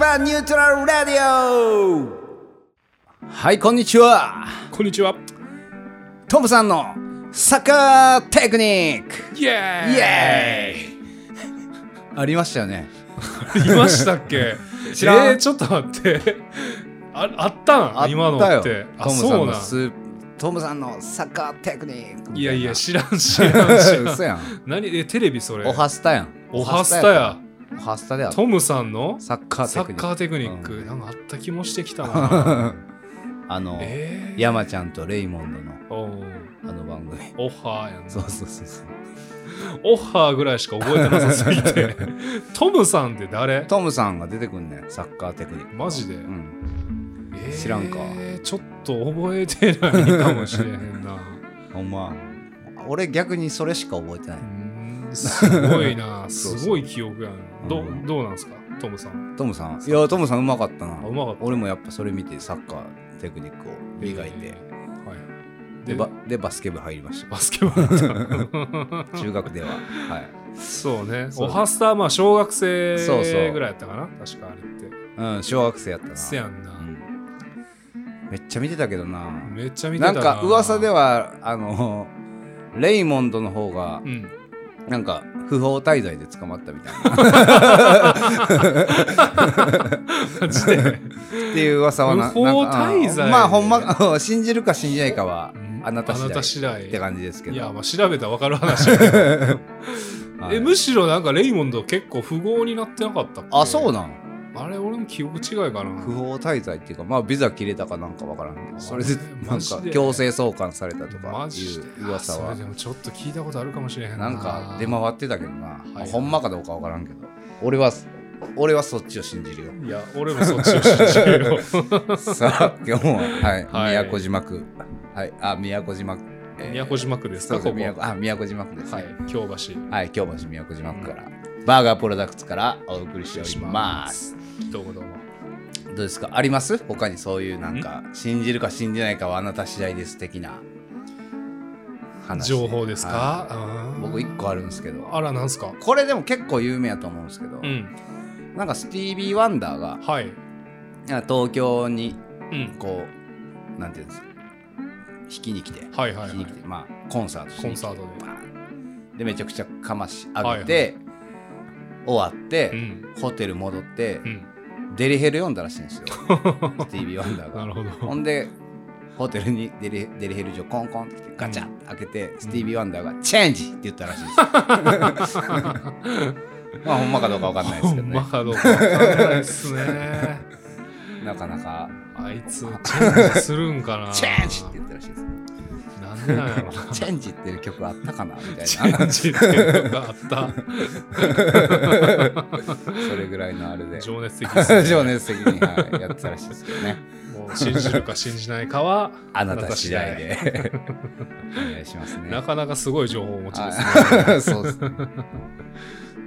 ラニュートラルラディオはいこんにちはこんにちは。トムさんのサッカーテクニックイエーイイエありましたよねいましたっけ 知らんえー、ちょっと待って。ああったん今あのっったよて。トあ、ムさそんうのなん。スートムさんのサッカーテクニックみたないやいや、知知らん、知らん、知ら ん嘘。やん何え、テレビそれ。おはスタやんおはスタや。おはスタであったトムさんのサッカーサテクッニッカークテクニッうク。んなんかあった気もしてきたな。 あのえー、山ちゃんとレイモンドのおうあの番組オッハーやんなそうそうそうそうオッハーぐらいしか覚えてなさす ぎてトムさんって誰トムさんが出てくんねんサッカーテクニックマジでうんえー知らんかちょっと覚えてないかもしれへんなほんま俺逆にそれしか覚えてないうーんすごいな そうそうすごい記憶やなうどんどうなんですかトムさんトムさんいやトムさんうまかったなあうまかった俺もやっぱそれ見てサッカーテクニックを磨いて、えーはいででババでバスケ部入りましたスケボー 中学でははい、そうねそうオハスターまあ小学生そうそうぐらいやったかな確かあれってうん、小学生やったなせやんな、うん、めっちゃ見てたけどなめっちゃ見てなたんなか噂ではあのレイモンドの方がうんなんか不法滞在で捕まったみたいなマジでっていう噂はな不法滞在なんかうんまあほんま うん信じるか信じないかはうんあなたあなた次次第第って感じですけどいやまあ調べたら分かる話やけ どはいえむしろなんかレイモンド結構富豪になってなかったっけあそうななんあれ俺の記憶違いかな不法滞在っていうかまあビザ切れたかなんかわからんけどそれであれなんマジかで強制送還されたとかマいジでう噂あそはれでもちょっと聞いたことあるかもしれへんなんか出回ってたけどな、いはいほんまかどうかわからんけど俺は俺はそっちを信じるよいや俺もそっちを信じるよ さあ今日もはい、はい宮古島区はいあ宮古島区、えー宮古島区ですそかうそうここ宮古あ宮古島区ですね、はい京橋はい、京橋宮古島区から、バーガープロダクツからお送りしております。どうもどうもどうですかあります他にそういうなんか、信じるか信じないかはあなた次第です的な話。情報ですはか、いうん僕一個あるんですけど、あらなんすかこれでも結構有名やと思うんですけど、うんなんかスティービー・ワンダーがはい東京にうんこう、なんていうんですか、弾きに来て、はいはいは弾きにい来て、まあコンサートしに来てコンサートでバーンで、めちゃくちゃかまし上げて、終わって、うんホテル戻って、うんデリヘル読んだらしいん ですよスティービー・ワンダーながるほほどんでホテルにデリデリヘル嬢コンコンって来てガチャン開けて、スティービー・ワンダーが「チェンジ!」って言ったらしいですよ まあほんまかどうかわかんないですほけどんまねかどうかわかんないっ すねなかなかあいつチェンジするんか「なチェンジ!」って言ったらしいですよなんなんやろ 「チェンジ!」っていう曲あったかなみたチいェなンジっていうのがあったそれぐらいのあれで情熱的です、ね、情熱的に、はい、やってたらしいですけどねもう信じるか信じないかは あなた次第で お願いしますねなかなかすごい情報をお持ちですねはいそうですね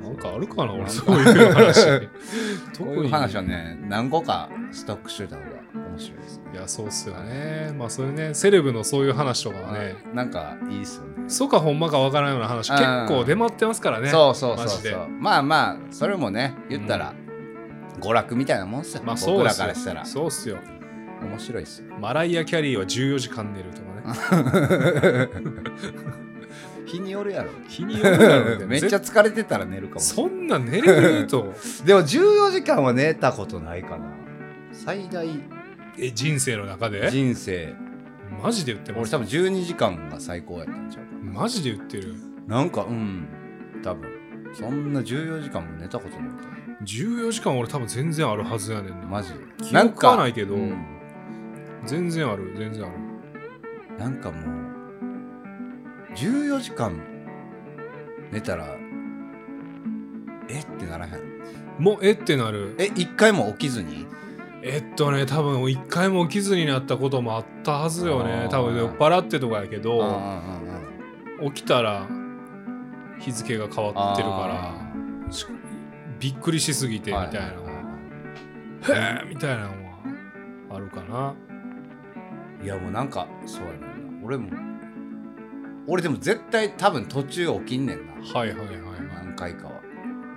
なんかあるかな俺そういう話 特こにういう話はね、何個かストックしといた方が面白いですね。いやそうっすよねまあそれねセレブのそういう話とかはねあなんかいいっすよね。そうかほんまかわからんような話うん結構出回ってますからねそうそうそうマジそでう。まあまあ、それもね、言ったら、娯楽みたいなもんっすよ。まあそう僕っらすかよらしたら。そうっすよ面白いっすよ。マライア・キャリーは14時間寝るとかね日によるやろ。日によるだろうけ どめっちゃぜ疲れてたら寝るかもしれそんな寝れる とない。でも14時間は寝たことないかな。最大え人生の中で人生。マジで言ってま俺す多分12時間が最高やったんちゃうかな。マジで言ってるなんか、うん。多分。そんな14時間も寝たことないと思う。 14時間俺多分全然あるはずやねんなマジ記憶はないけど、うん全然ある全然あるなんかもう14時間寝たらえってならへんもうえってなるえ一回も起きずにえっとね多分一回も起きずになったこともあったはずよあーね多分酔っ払ってとかやけうんうどんうんうん起きたら日付が変わってるからしびっくりしすぎてみあーたいな、はへえみたいなのはあるかないやもうなんかそうやねんな俺も俺でも絶対多分途中起きんねんなはいはいはいはい何回かは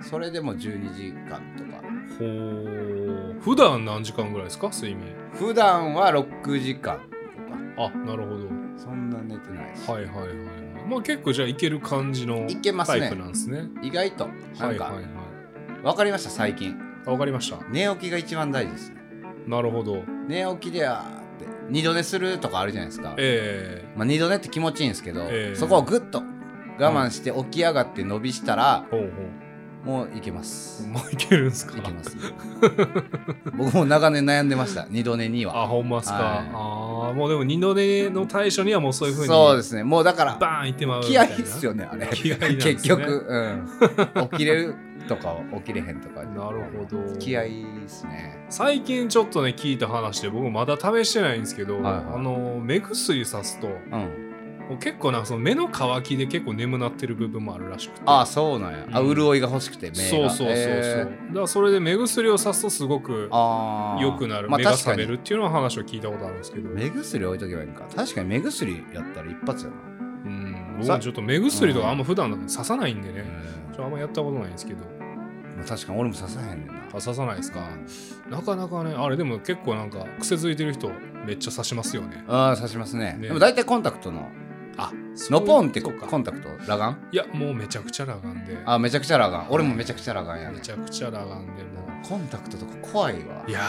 それでも12時間とかほう普段何時間ぐらいですか睡眠普段は6時間とかあなるほどそんな寝てないし、はいはいはいはいまあ結構じゃあいける感じのいけますタねイプなんですね意外となはんいか、はいはい分かりました最近あわかりました寝起きが一番大事ですねなるほど寝起きであーって二度寝するとかあるじゃないですか、ええまあ、二度寝って気持ちいいんですけど、ええそこをぐっと我慢して起き上がって伸びしたら、ほうもういけまほうすもういけるんすかいけます僕も長年悩んでました二度寝にはあほんまっすか、はいああもうでも二度寝の対処にはもうそういうふうにそうですねもうだからバーンいってまうみ気合たいっすよねあれ気合いなんですね結局、うん、起きれるとか起きれへんとかなるほど気合いっすね最近ちょっとね聞いた話で僕まだ試してないんですけど、はいはいあの目薬さすとうんもう結構なんかその目の渇きで結構眠なってる部分もあるらしくてああそうなんや、あうん潤いが欲しくて目がそうそうそうそう、えーだからそれで目薬をさすとすごくああ良くなる、まあ目が確か覚にめるっていうのは話を聞いたことあるんですけど、目薬置いとけばいいんか確かに目薬やったら一発やな、うん僕さもちょっと目薬とかあんま普段ささないんでね、ちょあんまやったことないんですけどまあ、確かに俺も刺さへんねんなあ刺さないですかなかなかねあれでも結構なんか癖づいてる人めっちゃ刺しますよねああ刺しますねねでも大体コンタクトのあノポンってそコういうことかコンタクト裸眼いやもうめちゃくちゃ裸眼であーめちゃくちゃ裸眼俺もめちゃくちゃ裸眼やねめちゃくちゃ裸眼でもコンタクトとか怖いわういや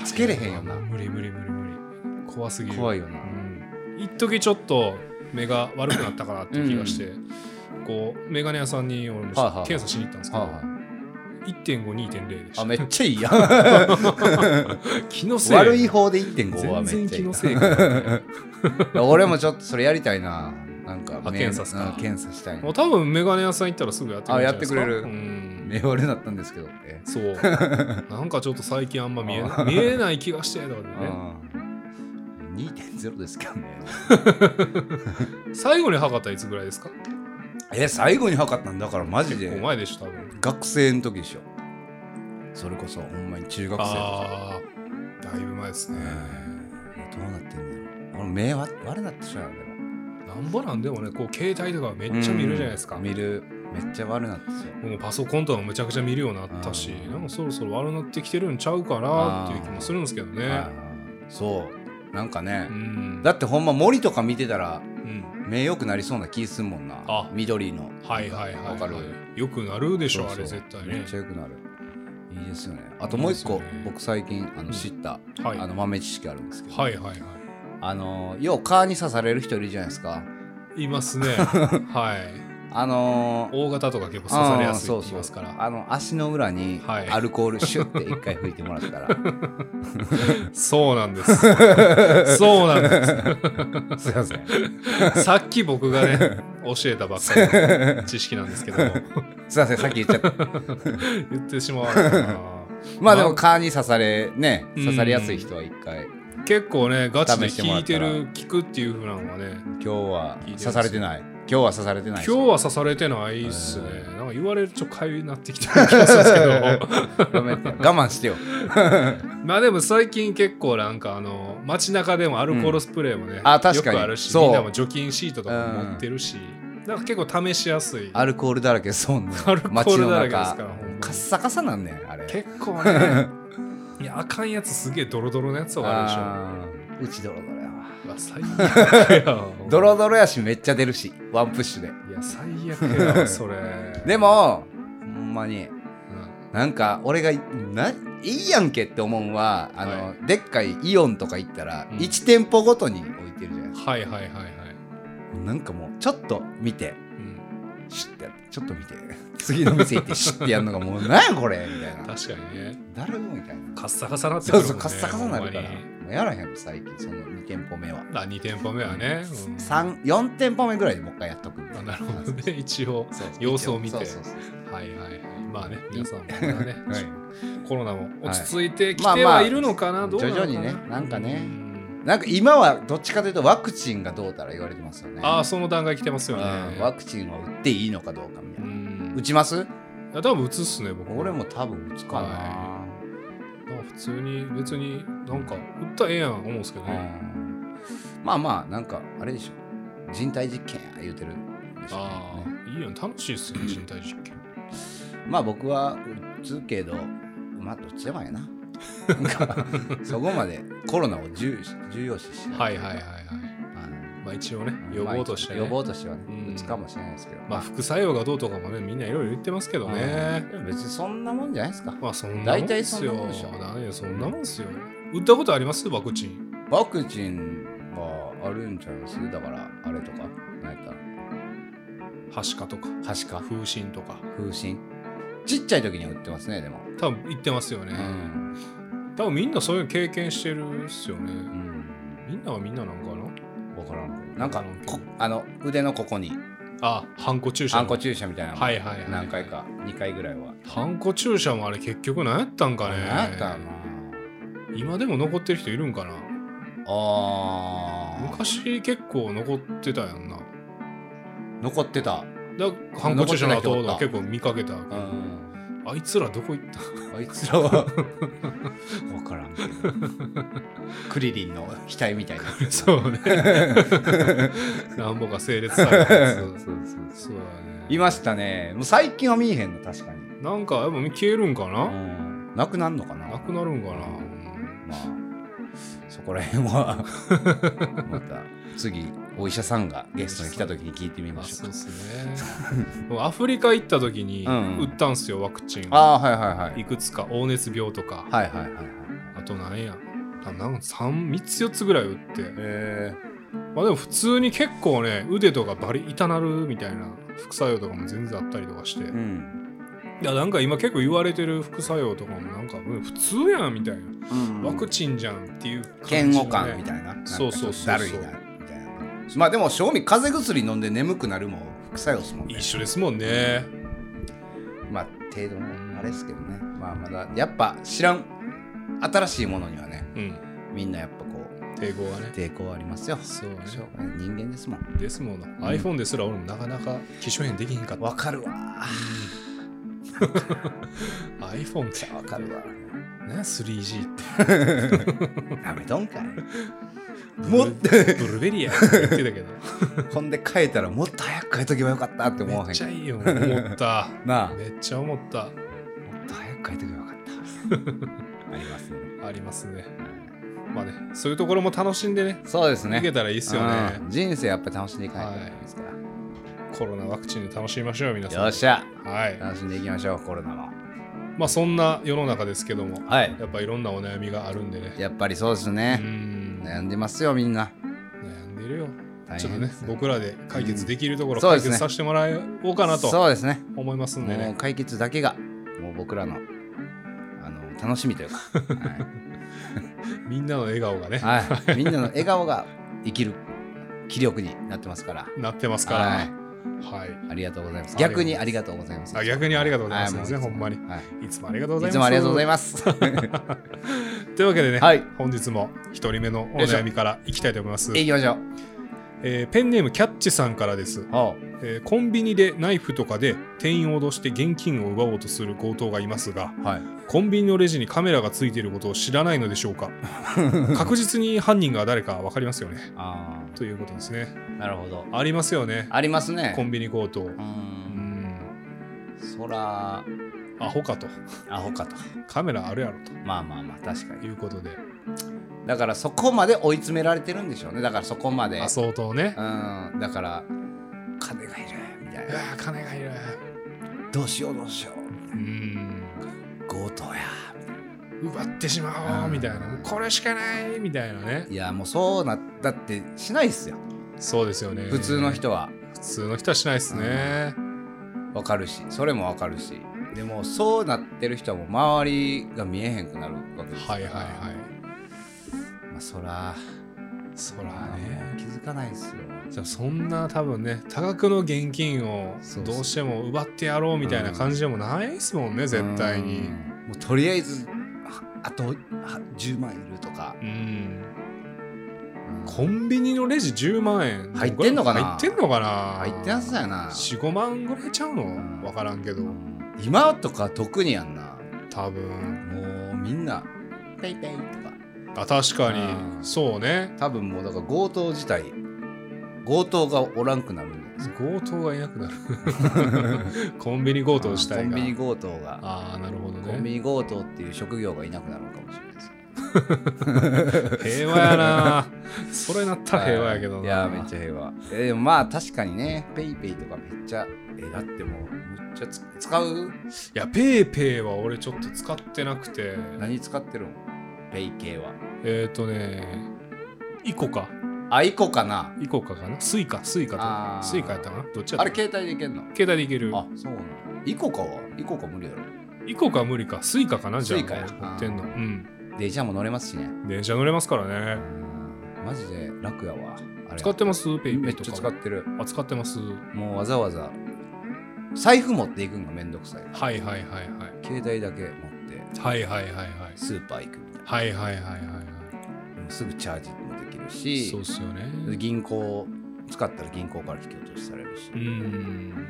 ーつけれへんよな無理無理無理無理怖すぎる怖いよなうん一時ちょっと目が悪くなったかなっていう気がして、こうメガネ屋さんに俺もはいはい検査しに行ったんですけど、はいはい1.52.0でしあためっちゃいいやん気のせい悪い方で1.5はめ全っ然ちゃ気いいのせいかもねな俺もちょっとそれやりたいななんかあ目検査っすかうん検査したいもう多分メガネ屋さん行ったらすぐやってくれるんじゃないですかあやってくれるうん目悪なったんですけどってそう なんかちょっと最近あんま見えあなー見えない気がしてとかでねあー2.0ですけどね最後に測ったらいつぐらいですかえ最後に測ったんだからマジ結構で前でしょ多分学生の時でしょそれこそほんまに中学生とかああだいぶ前ですねうんどうなってんの俺目は悪なってしまうよでもなんぼなんでもねこう携帯とかめっちゃ見るじゃないですかうん見るめっちゃ悪なってしまうもうパソコンとかもめちゃくちゃ見るようになったしうんなんかそろそろ悪なってきてるんちゃうかなっていう気もするんですけどあねーそうなんかねう、んだってほんま森とか見てたらうん目良くなりそうな気すんもんなあ緑のはいはいはいわかるはいよくなるでしょあそうそうれ絶対めねっちゃ良くなるいいですよねあともう一個いいですよね僕最近あうんの知った、はいあの豆知識あるんですけど、はいはいはあのよう蚊に刺される人いるじゃないですかいいますね はいあの大型とか結構刺されやすいって言いうんまそすうかそうらあの足の裏にはいアルコールシュッて一回拭いてもらったら、 そうなんです そうなんですすいませんさっき僕がね 教えたばっかりの知識なんですけどもすいませんさっき言っちゃ った言ってしまわれたなまあでも蚊に刺されねうん刺されやすい人は一回結構ねガチで試しても聞らいったてらる聞くっていうふうなのはね今日は聞いてるんです刺されてない今日は刺されてない今日は刺されてないっすねなんか言われるとちょっとかゆいなってきた気がする んですけどやめて我慢してよまあでも最近結構なんかあの街中でもアルコールスプレーもね、あ確かによくあるしそうみんなも除菌シートとかも持ってるし、なんか結構試しやすいアルコールだらけそうねアルコールだらけですからほんまにカッサカサなんねんあれ結構 ねいやあかんやつすげえドロドロのやつとかあるでしょあーうちドロドロやわうわ最悪やわ ドロドロやしめっちゃ出るしワンプッシュでいや最悪やわそれ でもほんまにうんなんか俺がないいやんけって思うんはあの、はでっかいイオンとか行ったら、うん1店舗ごとに置いてるじゃないですはいはいはいはい、かなんかもうちょっと見てうん、シュッてやってちょっと見て 次の店行ってシュッてやるのがもうなんやこれみたいな確かにねだるみたいなカッサカサなってくそるうもんねそうカッサカサになるからほんまにもうやらへん最近その2店舗目はあ2店舗目はね、うん三4店舗目ぐらいでもう一回やっとくみたあいなるほどね一応そうそう様子を見てそうそうそうはいはいはいまあね皆さんもまだね、 はいコロナも落ち着いてきてまあまはあいるのかな、どうなのかな徐々にねなんかねうんなんか今はどっちかというとワクチンがどうたら言われてますよねああその段階来てますよねうんワクチンを打っていいのかどうかみたういな、ん打ちますいや多分打つっすね僕俺も多分打つかな、はなんか普通に別になんか打ったらええやん思うんですけどね、うんまあまあなんかあれでしょ人体実験や言うてるんでしょうね ああいいやん楽しいっすね人体実験まあ僕は打つけどまあどっちでもええななん かそこまでコロナを重重要視してはいはいはいはいあのまあ一応ね予防としてね、まあ予防としてはねうん打つかもしれないですけど、まあ副作用がどうとかもねみんないろいろ言ってますけどねうん別にそんなもんじゃないですかまあそんなもん大体でそすんなよもんでしょ何よそんなもんですよ打ったことありますワクチンワクチンはあるんちゃいますだからあれとか何やったらはしかとかはしか風疹とか風疹ちっちゃい時には打ってますねでも多分言ってますよね、うん、多分みんなそういうの経験してるっすようねん、みんなはみんななんかな分からんなんかわからんけどこあの腕のここにあハンコ注射あんこ注射みたいなのはいはいはい何回か2回ぐらいはハンコ注射もあれ結局何やったんかね何やったの今でも残ってる人いるんかなあー昔結構残ってたやんな残ってただハンコ注射の後残ってた人おった結構見かけたうんあいつらどこ行ったあいつら は分からんけどクリリンの額みたいなそうね。 なんぼか整列されたやつ。そうそうそうだね。いましたねもう最近は見えへんの確かに、なんか、やっぱ消えるんかうな、ん、なくなるのかななくなるんかな、まあそこら辺は また次お医者さんがゲストに来た時に聞いてみままあ、しょそううっすね。もう アフリカ行った時にうん打ったんすよ、ワクチン。ああはいはいはいいくつか、黄熱病とか、はいはいはいはいあとなんや。ななんか 3, 3つ4つぐらい打ってえまあでも普通に結構ね腕とかバリ痛なるみたいな副作用とかも全然あったりとかして、えうんいやなんか今結構言われてる副作用とかもなんかうん普通やんみたいなワクチンじゃんっていう感嫌悪感みみたいたいななんかそうそうそうそうだるいなみたいなまあでも正味風邪薬飲んで眠くなるも副作用ですもんね一緒ですもんねまあ程度のあれですけどねまあまだやっぱ知らん新しいものにはねうんみんなやっぱこう抵抗はね抵抗はありますよそうねしょうがない人間ですもんですもんな、iPhone ですら俺もなかなか化粧変できへんかったわかるわ iPhone ってわかる わね 3G ってやめとんかいブもっルとブルーベリーやって言ってたけどほんで変えたらもっと早く変えとけばよかったって 思わめへっんちゃかいいよ思ったなあもめっちゃ思ったっと早く変えとけばよかった ありますねありますねまあねそういうところも楽しんでねそうですいねけたらいいっすよねうん人生やっぱ楽しんでいかないといけないですから、コロナワクチンで楽しみましょうよ皆さんよっしゃはい楽しんでいきましょうコロナもまあそんな世の中ですけどもはいやっぱいろんなお悩みがあるんでねやっぱりそうですうね、ん悩んでますよみんな悩んでるよ大ちょっと変でねすね僕らで解決できるとこうろんそう解ですね決させてもらおうかなとそうですね思いますんでもうね解決だけがもう僕らのあの楽しみというか、 みんなの笑顔がねはいはい、みんなの笑顔が生きる気力になってますからなってますからははいありがとうございます。ありがとう逆にありがとうございます。あ逆にありがとうございますはもうほんまにはいいつもありがとうございい。いつますもありがとうございます。すというわけで ねはい。本日も1人目のお悩みからいきたいと思います行きましょう。えーペンネームキャッチさんからですおえーコンビニでナイフとかで店員を脅して現金を奪おうとする強盗がいますがはい。コンビニのレジにカメラがついていることを知らないのでしょ うか確実に犯人が誰か分かりますよねあということですねあ、なるほど。ありますよねありますねコ。ンビニ強盗うー。うんんそら、アホかとアホかと。カメラあるやろまあまあまあ、確かとに。いうことでだからそこまで追い詰められてるんでしょうね。だからそこまで。あ相当ねうん。だから、金がいる。みたいうな。わ金がいるどうしようどうしようんう。強盗や。奪ってしまおうみたいなうんこれしかないみたいなねいや、もうそうなったってしないっすよ。そうですよね普通の人は。普通の人はしないですねわかるしそれもわかるしでもそうなってる人はもう周りが見えへんくなるわけですかはらいはいはいまあそらそあらねの気づかないですよじゃあそんな多分ね多額の現金をそうそうどうしても奪ってやろうみたいな感じでもないですもんね絶対にうんもうとりあえずああとは10万いるとか、うんうんコンビニのレジ10万円入ってんのかな入ってんのかな入ってなさやな、 45万ぐらいちゃううんのわからんけどうん今とか特にやんな多分もうみんなペイペイとかあ確かうんにそうね多分もうだから強盗自体強盗がおらんくなるんだよ強盗がいなく なるコンビニ強盗自コ体ンがビニ強盗がああなるほどコンビねニ強盗っていう職業がいなくなるのかもしれないですね平和やなそれなったら平和やけどないやめっちゃ平和えーでもまあ確かにねペイペイとかめっちゃえーだってもうめっちゃつ使ういやペイペイは俺ちょっと使ってなくて何使ってるのペイ系はえっ、ー、とねイコカあイコかなイコカかなスイカスイカあーとスイカやったかなどっちやったあれ携帯でいけんの携帯でいけるあそうなのイコかはイコか無理やろイコカ無理かスイカかなじゃあスイカや持ってんのあうーん電車も乗れますしね電車乗れますからねマジで楽やわあれ使ってますペイペめイっとちかゃ使ってるあ使ってますもうわざわざ財布持っていくんがめんどくさいはいはいはいはい携帯だけ持ってはいはいはいはいスーパー行くみたいはいはいはいはいはなもうすぐチャージもできるいしそうっすよね銀行使ったら銀行から引き落としされるし、うん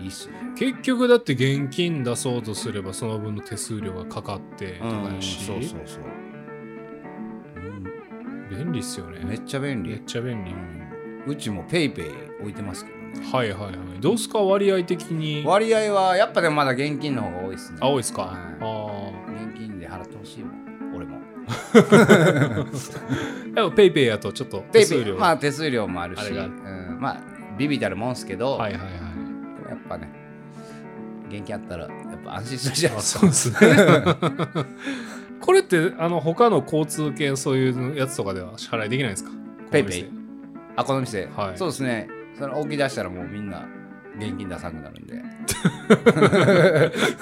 いいっすよ結局だって現金出そうとすればその分の手数料がかかってとかやしそうそうそう、う便利っすよねん、めっちゃ便め利っ、ちゃ便利うんうちもペイペイ置いてますけどねはいはいはいどうすか割合的に割合はやっぱでもまだ現金の方が多いっすね青いっすか、はいあ現金で払ってほしいもん俺もあやっぱペイペイやとちょっとペ手イペ数イ料まあ手数料もあるしあれがうん、まあビビたるもんすけど、はいはいはいでもやっぱね現金あったらやっぱ安心するじゃないあですそうかですね これってあの他の交通系そういうやつとかでは支払いできないんですかペイペイあこの店、はいそうですねその置き出したらもうみんな現金出さなくな るんで、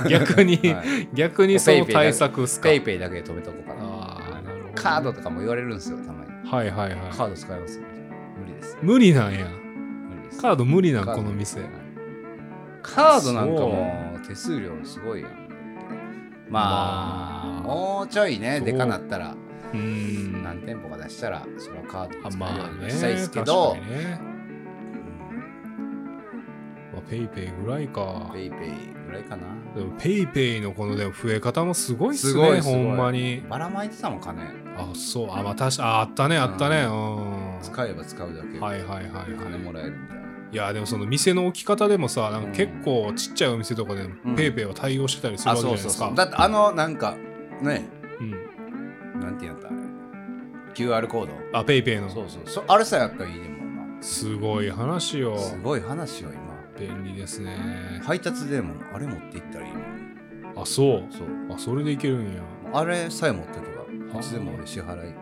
イ逆に、はい逆にその対策っすかペイペイだけで止めとこうかなああなるほどカードとかも言われるんですよたまにはいはいはいカード使います無理です無理なんや無理ですカード無理なんカーこの店はいカードなんかも手数料すごいやんまあ、まあもうちょいねそうでかなったらうーん何店舗か出したらそのカードあを使うよまうあにねしたいですけど、確かにねまあペイペイぐらいうんかペイペイぐらいかなでもペイペイのこのでも増え方もすごいっすすごいねすごいほんまにばらまいてたもん金あそうあまあ確かああったねあったねうん使えば使うだけはいはいはい金はもらえるみたいないいやでもその店の置き方でもさなんか結構ちっちゃいお店とかでんペイペイは対応してたりするあわけじそうそゃないでうすそかうだってあのなんかねうんなんてやったあれ QR コードあペイペイのそうそうそあれさえあったらいいでもんすごい話よなすごい話よ今便利ですね配達でもあれ持って行ったらいいもんあそうそうあそれでいけるんやあれさえ持っとけばあいつでも俺支払い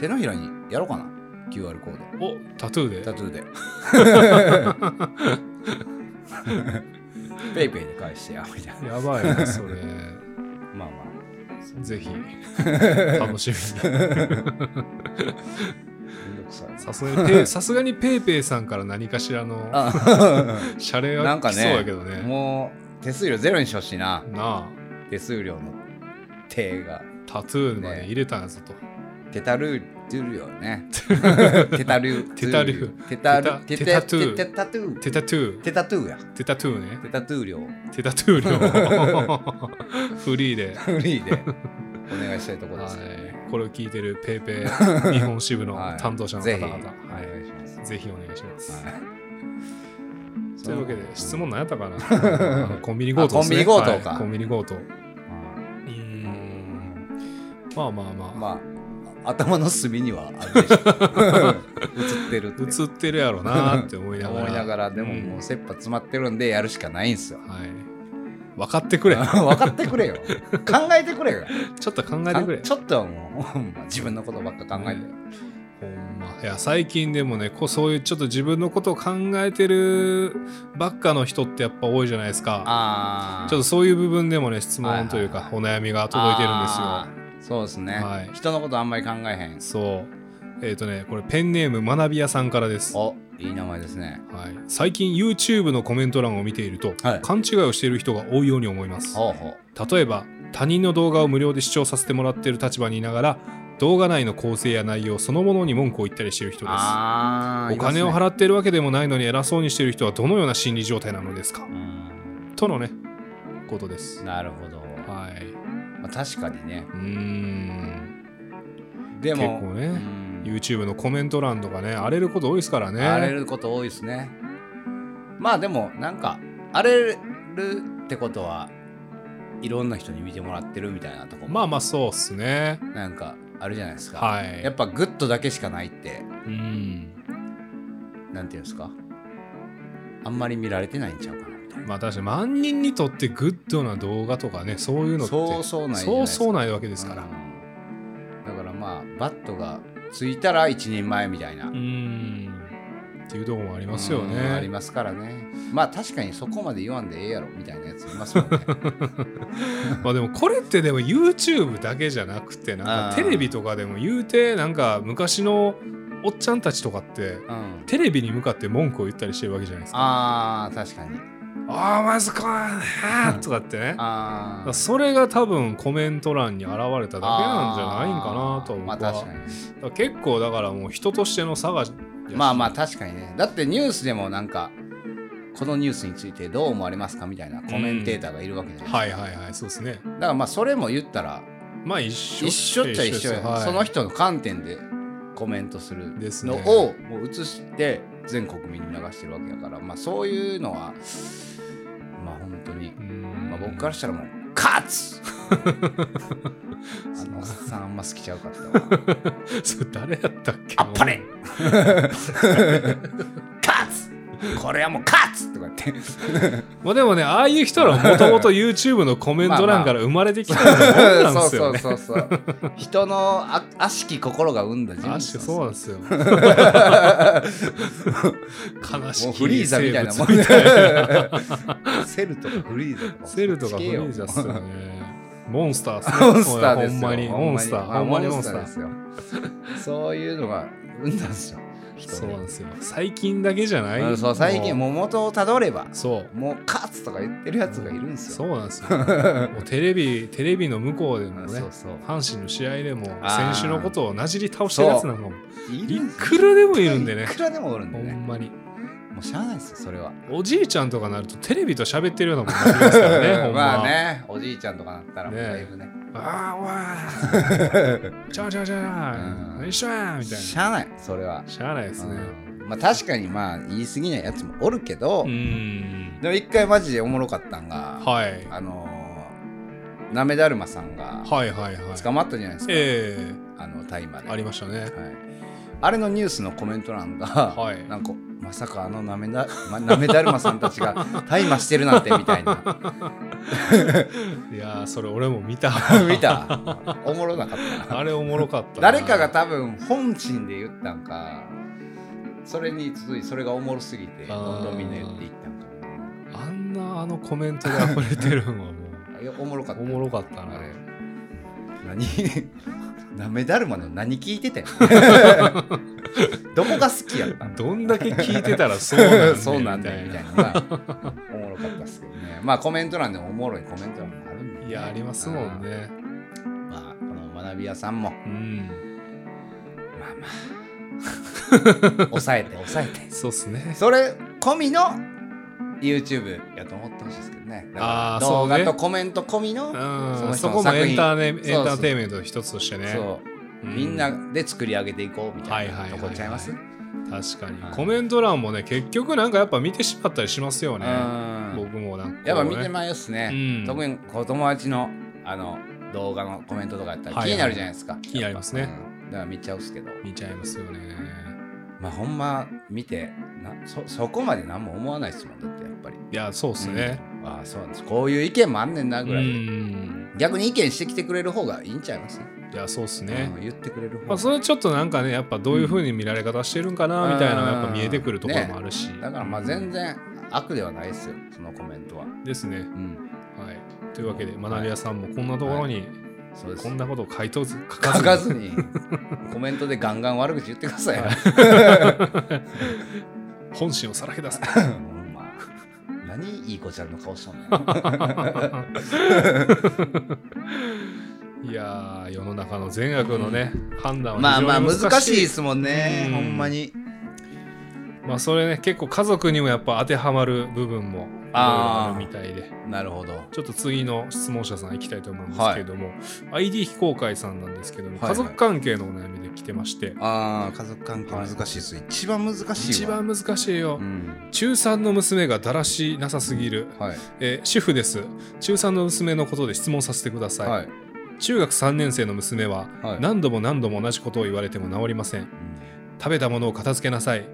手のひらにやろうかな QR コードおタトゥータでトゥーで ペイペイで返してやみたいなやばいなそ れまあまぜ ひ楽しみにあめんどくさいさすが にペイさすがにペイペイさんから何かしらの あ謝礼なはんか来ねそうやけどねもう手数料ゼロにしてほしいななあ手数料の手がタトゥーまで入れたんやぞと、テタルードゥルよ ねテタルーテタルーテタルーテテタタテタトゥーテタトゥーテタトゥーテタトゥーやテタトゥーねテタトゥー料テタトゥー 量フリーで、フリー でお願いしたいところですねはい、これを聞いてるペイペイ日本支部 のはい担当者の方ぜひ々、お願いしますはい、ぜひお願いします、はいというわけで質問何やったか なあのコンビニ強盗ですあねコンビニ強盗かはいコンビニ強盗ううんーんまあまあまあ、まあ頭の隅にはあるでしょ映 ってるって映ってるやろなって思いながら思いながらでもうんもう切羽詰まってるんでやるしかないんすよはい分かってくれ分かってくれ よ考えてくれよちょっと考えてくれちょっとはもうほんま自分のことばっか考えてねほんまいや最近でもねこうそういうちょっと自分のことを考えてるばっかの人ってやっぱ多いじゃないですかああちょっとそういう部分でもね質問というか、はいはいはお悩みが届いてるんですよですよそうですね、はい人のことあんまり考えへんそうえっ、とねこれペンネーム学び屋さんからです、はおいい名前ですねい、最近 YouTube のコメント欄を見ていると、はい勘違いをしている人が多いように思いますほうほう例えば他人の動画を無料で視聴させてもらっている立場にいながら動画内の構成や内容そのものに文句を言ったりしている人ですあーお金をいますね払ってるわけでもないのに偉そうにしてる人はどのような心理状態なのですかとのねことでうすんなるほど、はいまあ、確かにねうーんで結も構うねん YouTube のコメント欄とかね荒れること多いですからね荒れること多いですねまあでもなんか荒れるってことはいろんな人に見てもらってるみたいなとこもまあまあそうっすねなんかあるじゃないですか、はいやっぱグッドだけしかないってうんなんていうんですかあんまり見られてないんちゃうかなみたいな、まあ確かに万人にとってグッドな動画とかねそういうのってそうそうないじゃないでそうすかそうないわけですからうんだからまあバットがついたら一人前みたいな、うんっていうところもありますよねうんありますからねまあ確かにそこまで言わんでええやろみたいなやついます もんねまあでもこれってでも YouTube だけじゃなくてなんあかーテレビとかでも言うてなんか昔のおっちゃんたちとかっうてんテレビに向かって文句を言ったりしてるわけじゃないですか。あー確かにああまずかーとかってね。あーそれが多分コメント欄に現れただけなんじゃないんかなとあー僕まはあ確かにだから結構だからもう人としての差がまあまあ確かにねだってニュースでもなんかこのニュースについてどう思われますかみたいなコメンテーターがいるわけじゃないですか、はいはいはいそうですねだからまあそれも言ったらまあ一緒一緒っちゃ一緒や、ですはいその人の観点でコメントするですねのをもう映して全国民に流してるわけやから、まあ、そういうのはまあ本当にう、んまあ、僕からしたらもう「カ ツ! 」あのおっさんあんま好きちゃうかったわ それ誰やったっけあっぱれカツこれはもうカツとか言ってまあでもねああいう人らもともと YouTube のコメント欄から生まれてきたようなもんなそうんですそようね。そうそう人のあ悪しき心が生んだ人あしそうなんですよ。悲しい。もうフリーザみたいなもん生物みたいなセルとかフリーザとかセルとかフリーザっすよね。モンスターっすね。モンスターですよほんまにほんまにモンスター。まあほんまにモモンンススタターですー。よそういうのが生んだんですよ人そうになんですよ。最近だけじゃなういんそう最近ももう元をたどればう。そう。もうカツとか言ってるやつがいるんですそよ、うな んですよ。もうテレビ、テレビの向こうでもあねそう。そう阪神の試合でもあー選手のことをなじり倒してるやつなんかもいいるんですくらでもいるんでねいくらでもおるんでほねんまにもうしゃあないですよそれはおじいちゃんとかなるとテレビと喋ってるようなもんになりますからねほんま まあねおじいちゃんとかなったらもうねだいぶねああ おいちゃうちゃうちゃううん何しとんやみたいしゃあないそれはなしゃあないですねうんまあ確かにまあ言い過ぎないやつもおるけど、うーんでも一回マジでおもろかったんが、はいあのー、なめだるまさんがはいはいはい捕まったじゃないですか、ええあの大麻でありましたねはい、あれのニュースのコメント欄が、はいなんかまさかあのなめだ,、 ま、なめだるまさんたちが大麻してるなんてみたいな いやーそれ俺も見た見たおもろなかったなあれおもろかったな誰かが多分本心で言ったんかそれに続いそれがおもろすぎてあーどんどんみんな言っていったんかあんなあのコメントで溢れてる のはもいやおもろかっうたおもろかったなあれ何 なめだるまの何聞いてたよ どこが好きやったのどんだけ聞いてたらそうなんだよ そうなんだよみみたたいいなななおもろかったっすけどねまあコメント欄でもおもろいコメント欄もあるんで、ね、いやありますもんねうんまあこの学び屋さんもまうんあま あ抑えて抑えてそうっすねそれ込みの YouTube やと思ってほしいですけどねだからあー動画そうとねコメント込みのうのん、人そのこも作品エンターネそうエンターテインメントの一つとしてねそううみんなで作り上げていこうみたいはいはいなはいとはいこちゃいます、確かに、はいコメント欄もね結局なんかやっぱ見てしまったりしますよねうん僕もなんか、ね、やっぱ見てままいよっすね、うん特にこう友達のあの動画のコメントとかやったらはいはい気になるじゃないですか、気になりますねやっぱうんだから見ちゃうっすけど見ちゃいますよねまあほんま見てなそそこまで何も思わないっすもんだってやっぱりいやそうっすね、うんああそうなんですこういう意見もあんねんなうん、ぐらいで、逆に意見してきてくれる方がいいんちゃいますいやそうっすねう、ん言ってくれる方が、まあ、それちょっとなんかねやっぱどういうふうに見られ方してるんかな、うんみたいなのがやっぱ見えてくるところもあるし、だからまあ全然悪ではないっすよそのコメントはですねうんはいというわけで学び屋さんもこんなところに、そうですこんなことを回答ず書かず書かずにコメントでガンガン悪口言ってくださいよは本心をさ らけ出すうん まあ何いい子ちゃんの顔しとんね んいやー世の中の善悪のね、判断はまあ非ま常あに難しいですもんねうんほんまにまあそれね結構家族にもやっぱ当てはまる部分もああーるみたいでなるほどちょっと次の質問者さん行きたいと思うんですけれども、ID 非公開さんなんですけどはも、いはい家族関係のお悩みで来てましてああ家族関係難しいです、一番難しいわ一番難しいよ、うん中3の娘がだらしなさすぎる、はいえー主婦です中3の娘のことで質問させてください、はい中学3年生の娘ははい何度も何度も同じことを言われても治りません食べたものを片付けなさい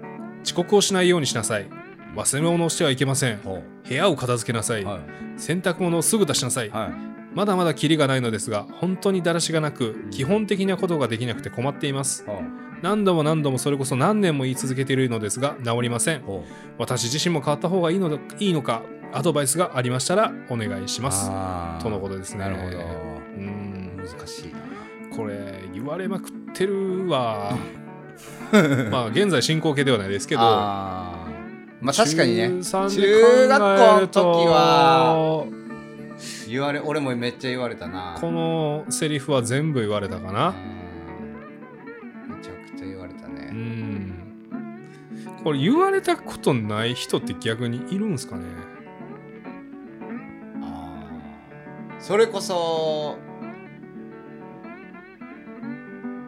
遅刻をしないようにしなさい忘れ物をしてはいけませんほう部屋を片付けなさい、はい洗濯物をすぐ出しなさい、はいまだまだキリがないのですが本当にだらしがなくん基本的なことができなくて困っていますほ何度も何度もそれこそ何年も言い続けているのですが治りませうんほう私自身も変わった方がいいのだいいのかアドバイスがありましたらお願いしますあーとのことですねなるほどうん難しいなこれ言われまくって るわまあ現在進行形ではないですけどあーまあ確かにね中中学校の時はは言われ俺もめっちゃ言われたなこのセリフは全部言われたかなうんめちゃくちゃ言われたうね、んこれ言われたことない人って逆にいるんすかねあーそれこそ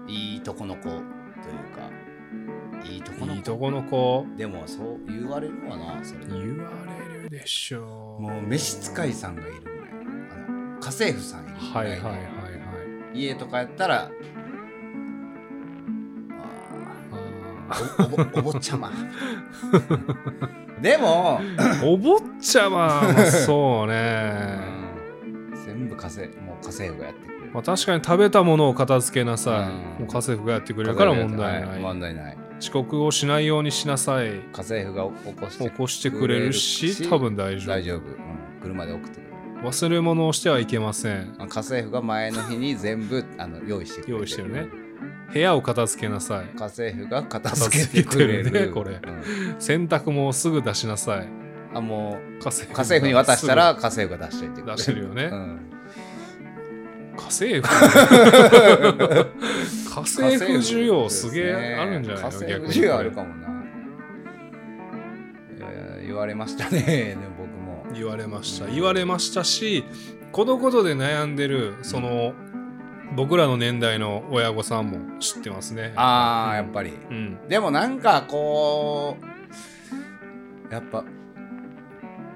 いいとこの子というかいいとこのいい子とこの子でもそう言われるわなそれ言われるでしょうもう召使いさんがいるぐらいあの家政婦さんいるぐはらいいはで、いはいはい家とかやったらあおおぼお坊ちゃまでも、ーお坊ちゃまはそうう ねん全部家政もう家政婦がやってくれる、まあ確かに食べたものを片付けなさい、うんもう家政婦がやってくれるから問題はない、問題ない遅刻をしないようにしなさい家政婦が起こして起こしてくれるし多分大丈夫大丈夫、うん車で送ってくれる忘れ物をしてはいけませんあの家政婦が前の日に全部あの用意してくれる用意してるね部屋を片付けなさい家政婦が片付けてくれる片付けてるねこれうん洗濯もすぐ出しなさいあも家政う婦家政婦に渡したら家政婦が出していてくれ出してるよね、うん家政 婦家政婦需要すげえあるんじゃないの家政逆婦に需要あるかもな、えー言われました ねでも僕も言われました言われましたしこのことで悩んでるその、僕らの年代の親御さんも知ってますねああやっぱりうんでもなんかこうやっぱ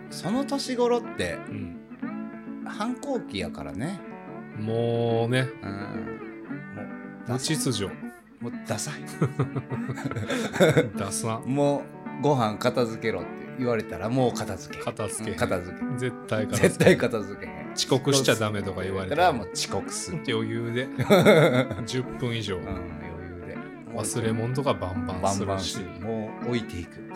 その年頃ってうん、反抗期やからねもうねうんも無う秩序 もうダサい出さんもうご飯片付けろって言われたらもう片付け片付けへん片付け絶対片付け絶対片付けへん遅刻しちゃダメとか言われたたらもう遅刻する、余 裕で10分以上うん、余裕で忘れ物とかバンバンバすンバるンしするもう置いていく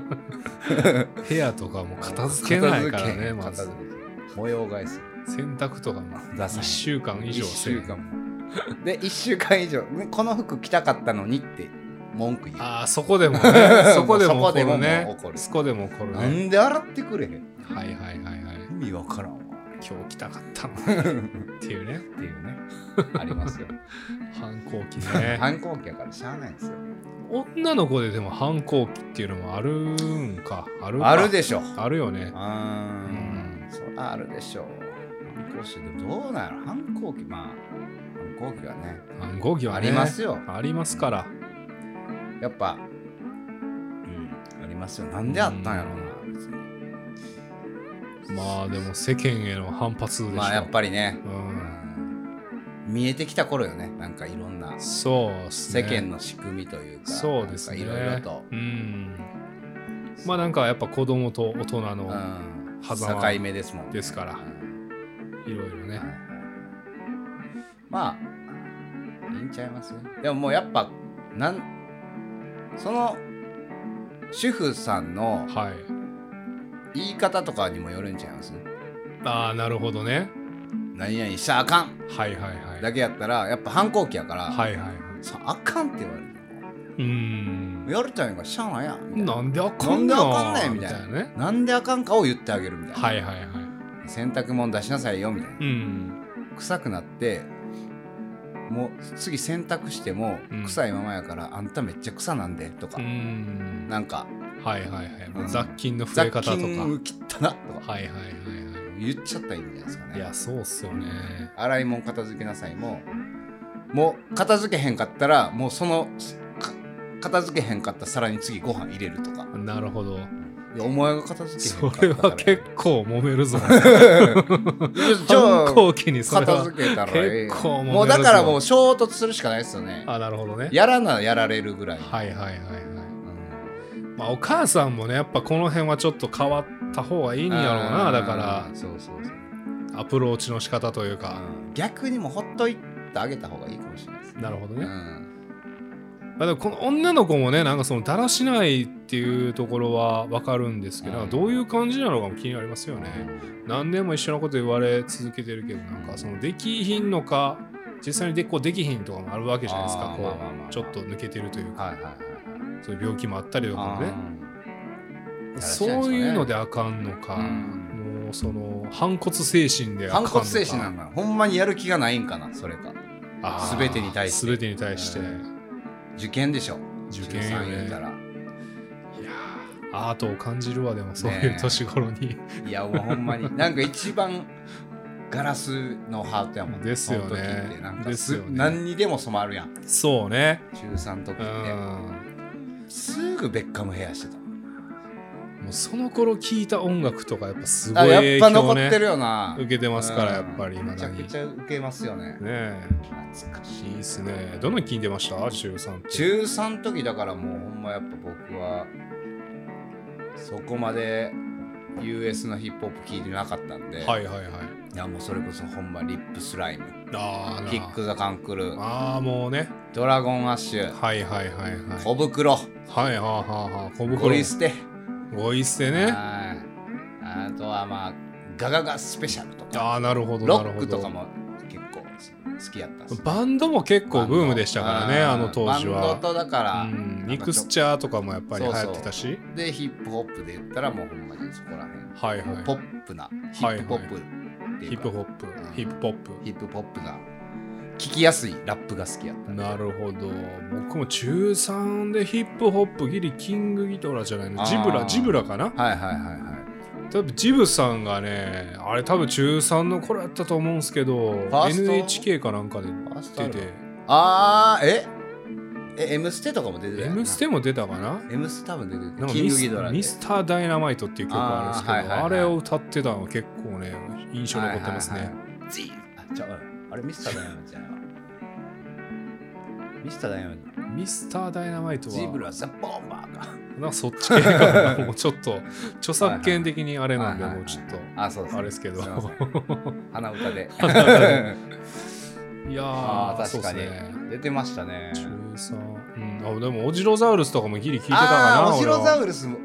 部屋とかも片付けないからねま片ず付けへん片付けへん模様替えする洗濯とかもダサ1い週間以上一せん週間も で1週間以上ねこの服着たかったのにって文句言うああそこで もねそこでもそこ怒でるもねもう怒るそこでも怒るなねんで洗ってくれへんはいはいはいはい意味わからんわ今日来た かったのにっっていうねていうね ありますよ、反抗期ね反抗期やからしゃあないんですよ女の子ででも反抗期っていうのもあるんかあるかあるでしょあるよねあうーそりゃあるでしょう反抗期でもどうなの反抗期まあ反抗期はね反抗期はあねりますよありますからやっぱうんありますよなんであったんやろうな別にまあでも世間への反発でしょ、まあやっぱりねう、うんん見えてきた頃よねなんかいろんなそうっす世ね間の仕組みというかそうですねなんかいろいろとうんまあなんかやっぱ子供と大人うのん狭間境目ですもんねですからうんいろいろねはいまあいいんちゃいますでももうやっぱなんその主婦さんのはい言い方とかにもよるんちゃいますああなるほどね何々しちゃあかんはいはいはいだけやったらやっぱ反抗期やから、はいはいはいさあかんって言われるうーんやるちゃうんがしゃあないやんみたいななんであかなんんであかんねんみたいなねなんであかんかを言ってあげるみたいな、はいはいはい洗濯物出しなさいよみたいなうん臭くなってもう次洗濯してもうん臭いままやから、あんためっちゃ臭なんでとうか、んなんかはいはいはいはい。もううん雑菌の増え雑方とか。菌切ったなとかはいはいはいは言っちゃったらいいんじゃないですかい。いねや、そうっすよね。洗い物片付けなさいももう片付けへんかったらもうそのか片付けへんかった皿に次ご飯入れるとかなるほど。いやお前が片付けへんかったそれは結構揉める ぞ。反構抗期にそれ片は。付けたらええ結構揉めるぞもうだからもう衝突するしかないですよねあ、なるほどね。やらなやられるぐらい、はいはいはいはうい。んまあ、お母さんもねやっぱこの辺はちょっと変わった方がいいんやろうなだかあーそうそうそうらアプローチの仕方というか、逆にもうほっといてあげた方がいいかもしれないですね。なるほどうね、まん、あ、でもこの女の子もねなんかそのだらしないっていうところは分かるんですけど、うんどういう感じなのかも気になりますよね何年も一緒のこと言われ続けてるけどなんかそのできひんのか実際にでこうできひんとかもあるわけじゃないですかあーこう、まあまあまあちょっと抜けてるというか、はいはいはいそういう病気もあったりとかもあねーそういうのであかんのか、うんもうその反骨精神であか反んのか骨精神なんだほんまにやる気がないんかなそれかあー全てに対して全てに対して、うん受験でしょ受験よ13言うねたらいやーアートを感じるわでもそういうねえ年頃に、いやもうほんま になんか一番ガラスのハートやもんですよねその時ってなんかですよね何にでも染まるやんそうね中3の時うっんてすぐベッカムヘアしてたもうその頃聴いた音楽とかやっぱすごあいやっ影響ぱね残ってるよな受けてますからやっぱりうん今めちだゃにくねちゃ受けますよねえ懐かしいいっすねどの聴いてました中3って中3の時だからもうほんまやっぱ僕はそこまで US のヒップホップ聞いてなかったんで、はいはいはいいやもうそれこそほんまリップスライムあーなキック・ザ・カンクルああもうねドラゴン・アッシュはいはいはいはい小袋はいはあはあはあ小袋ゴリ捨てゴイスはでいねあとはまあガガガスペシャルとかああなるほどロなるッほクとどかも結構好きやったっすバンドも結構ブームでしたからねあの当時バンはドとだから、うんミクスチャーとかもやっぱり流行ってたしでヒップホップで言ったらもうほんまにそこら辺はいはいポップなヒはいップホップっていヒうかップホップんヒップホップヒップホップな聞きやすいラップが好きやったなるほど僕も中3でヒップホップギリキングギトラじゃないのあージブラジブラかなはいはいはいはい多分ジブさんがねあれ多分中3の頃やったと思うんすけどァースト NHK かなんかでァーストあ出るてあーええ M ステとかも出てた「よな M ステ」も出たかな M ステ多分出てなたんかキンミグギスドラでミスター・ダイナマイトっていう曲があるんですけどああ,、ーはいはいはいれを歌ってたの結構ね印象残ってますね、はいはいはいジーあちょうんあれミスターダイナマイトじゃないわミスターダイナマイトミスター・ダイナマイトはジブラザ・ボンバーかなんかそっち系がもうちょっと著作権的にあれなんではいはいはもういちょっとあそうですあれですけどすいません鼻歌でいやあーーそう確ですかにね 出てましたね中3、うん、あでもオジロザウルスとかもギリ聞いてたかあなあーオジロザルウルスも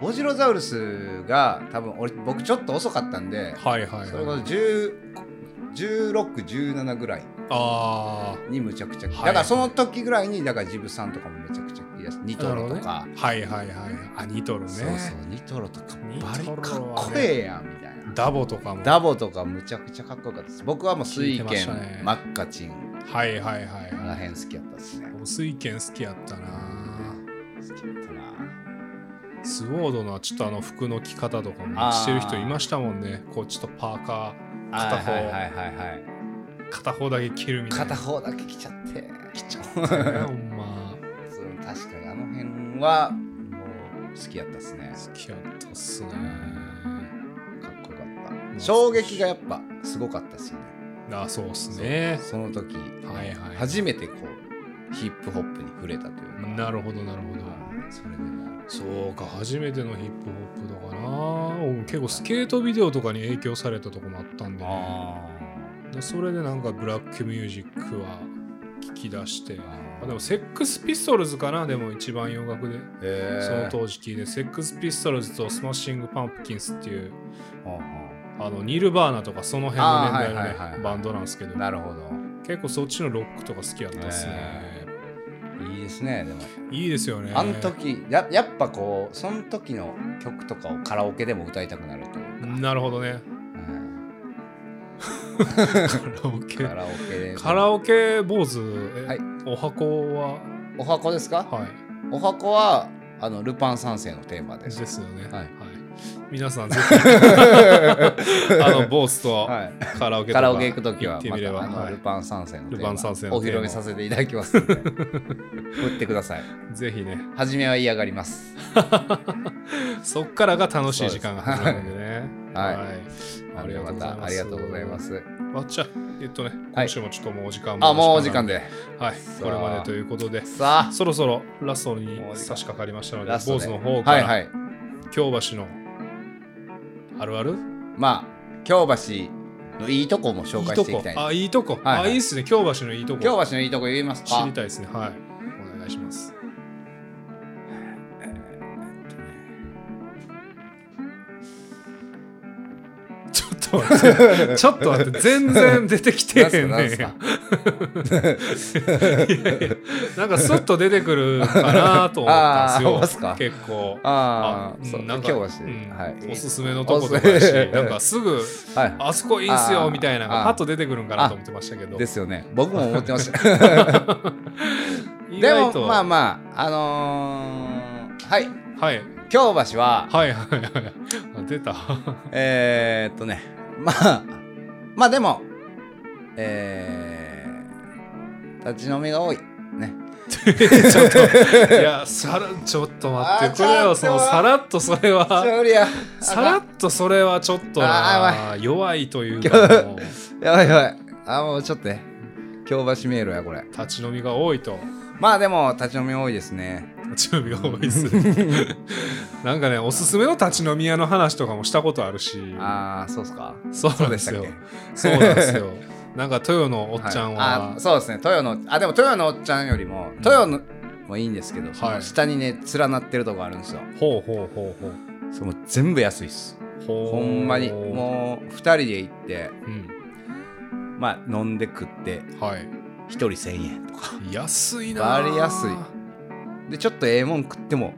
オジロザウルスが多分俺僕ちょっと遅かったんで、はいはいそれこはそい1617ぐらいあにむちゃくちゃ、はいだからその時ぐらいにだからジブさんとかもめちゃくちゃ聞き出してニーなトるロほどとねか、はいはいはいあニトロねそうそうニトロとかニトバリロはねかっこええやんみたいなダボとかもダボとかむちゃくちゃかっこよかったです僕はもう聞い水てま拳したねマッカチンはいはいはいらはへん好きやったっすねいもう水拳好きやったな好きやったなスウォードのちょっとあの服の着方とかもしてる人いましたもんねこうちょっとパーカ片方はいはいはいはいはいー片方だけ着るみたいな片方だけ来ちゃって来ちゃうねほんま確かにあの辺はもう好きやったっすね好きやったっすねかっこよかっうんた衝撃がやっぱすごかったっすよねあそうっすねその時、はいはい初めてこうヒップホップに触れたというかなるほどなるほどそれでもそうか初めてのヒップホップだかな俺結構スケートビデオとかに影響されたとこもあったんで、ね、でそれでなんかブラックミュージックは聞き出してあでもセックスピストルズかなでも一番洋楽でへーその当時聞いて、セックスピストルズとスマッシングパンプキンスっていうほうほあのニルバーナとかその辺の年代のあーはねいはいはいはいバンドなんですけどうなるほど結構そっちのロックとか好きやったっすね、いいですねでも、いいですよねあの時ややっぱこうその時の曲とかをカラオケでも歌いたくなるというか、なるほど ねうんカラオケカラオケでカラオケ坊主、えはいお箱はお箱ですかはいお箱はあのルパン三世のテーマです。ですよね。はい皆さん、ぜひ あの、坊主とはい、カラオケとカかラオケ行くとき行はってまみれば、たあのはいルパン三世のテルパン三世ーのマテーお披露マ目させていただきますの で振ってください。ぜひね、初めは嫌がります。そっからが楽しい時間が始まるんでね。はいありがとうございます。ありがとうございま。す。わっちゃ、えっとね、はい今週もちょっともうお時間あ、もうお時なん間で。はい、これまでということで、さそろそろラストにもうお時間差し掛かりましたあ、ので、ラスト坊で。主の方から、はいはい。京橋のあるあるまあ、京橋のいいとこも紹介していきたいいとこ。あ、いいとこ。はいはいあ、いいっすね。京橋のいいとこ。京橋のいいとこ言います知かりたいですね。はい。お願いします。ちょっと待って、ちょっと待って、全然出てきてへんなねんんすかや。いやいやなんかスッと出てくるかなと思ったんあーほんまでっすすよか。結構。あうあ、そう、んなん京か橋。うんはい。おすすめのとことかやおしすすめなんかすぐはい。あそこいいっすあよーみたいなのがあーパッと出てくるんかなと思ってましたけどですよね。僕も思ってま した。意で外とも、まあまあ、あのーはい。はい京橋は、はいはいはいあ出たはえー、っとね、まあ、まあでも、えー、立ち飲みが多い。ね。 ち ょっといやさらちょっと待っあてこれはそちょのっとさらっとそれはそりゃ、さらっとそれはちょっとな弱いという かもうやばいやばい。あ、もうちょっとね。京橋迷路や、これ。立ち飲みが多いとまあでも、立ち飲み多いですね。立ち飲みが多 いっすなんかねおすすめの立ち飲み屋の話とかもしたことあるしああ、そうっすか。そうそなうんででしたすっよけ。そうなん ですよ なんか豊のおっちゃんいはあそうですね豊のあでも豊のおっちゃんよりも豊のもいいんですけど、その下にね連なってるとこあるんですよほうほうほうほうそれも全部安いっすほほんまにもう2人で行ってう、ん、まあ飲んで食ってはい1人1000円とか安いなあ割安いでちょっとええもん食っても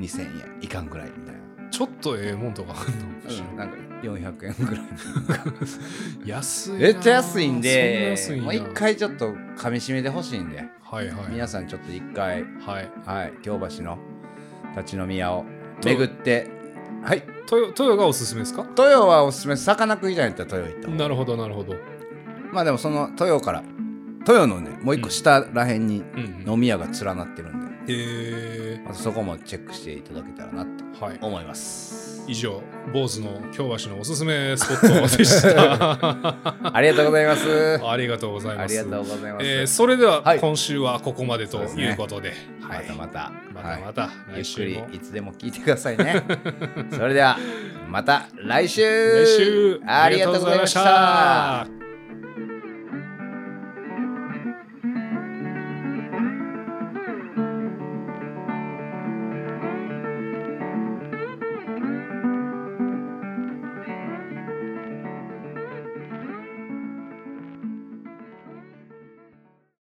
2000円いかんぐらいみたいな、ちょっとええもんとかあんの、うん、なんか400円ぐらい安いなあめっちゃ安いんでそんもなう安い一んだ回ちょっと噛み締めてほしいんで、はいはい皆さんちょっと一回はいはい、京橋の立ち飲み屋を巡って、はい、豊豊がおすすめですか豊はおすすめ、さかなクンじゃないと豊行った方がなるほどなるほど、まあでもその豊から、豊のね、もう一個下らへんにうんうん、飲み屋が連なってるんで、えまずそこもチェックしていただけたらなとー、はい思います。以上坊主の京橋のおすすめスポットでした ありがとうございます。ありがとうございあまりすがとうございます。えーそれでは、はい今週はここまでということでまたまた、まはたいまたゆっ来く週もりいつでも聞いてください ね。それでは、また来週来週ありがとうございました。ありがとうございました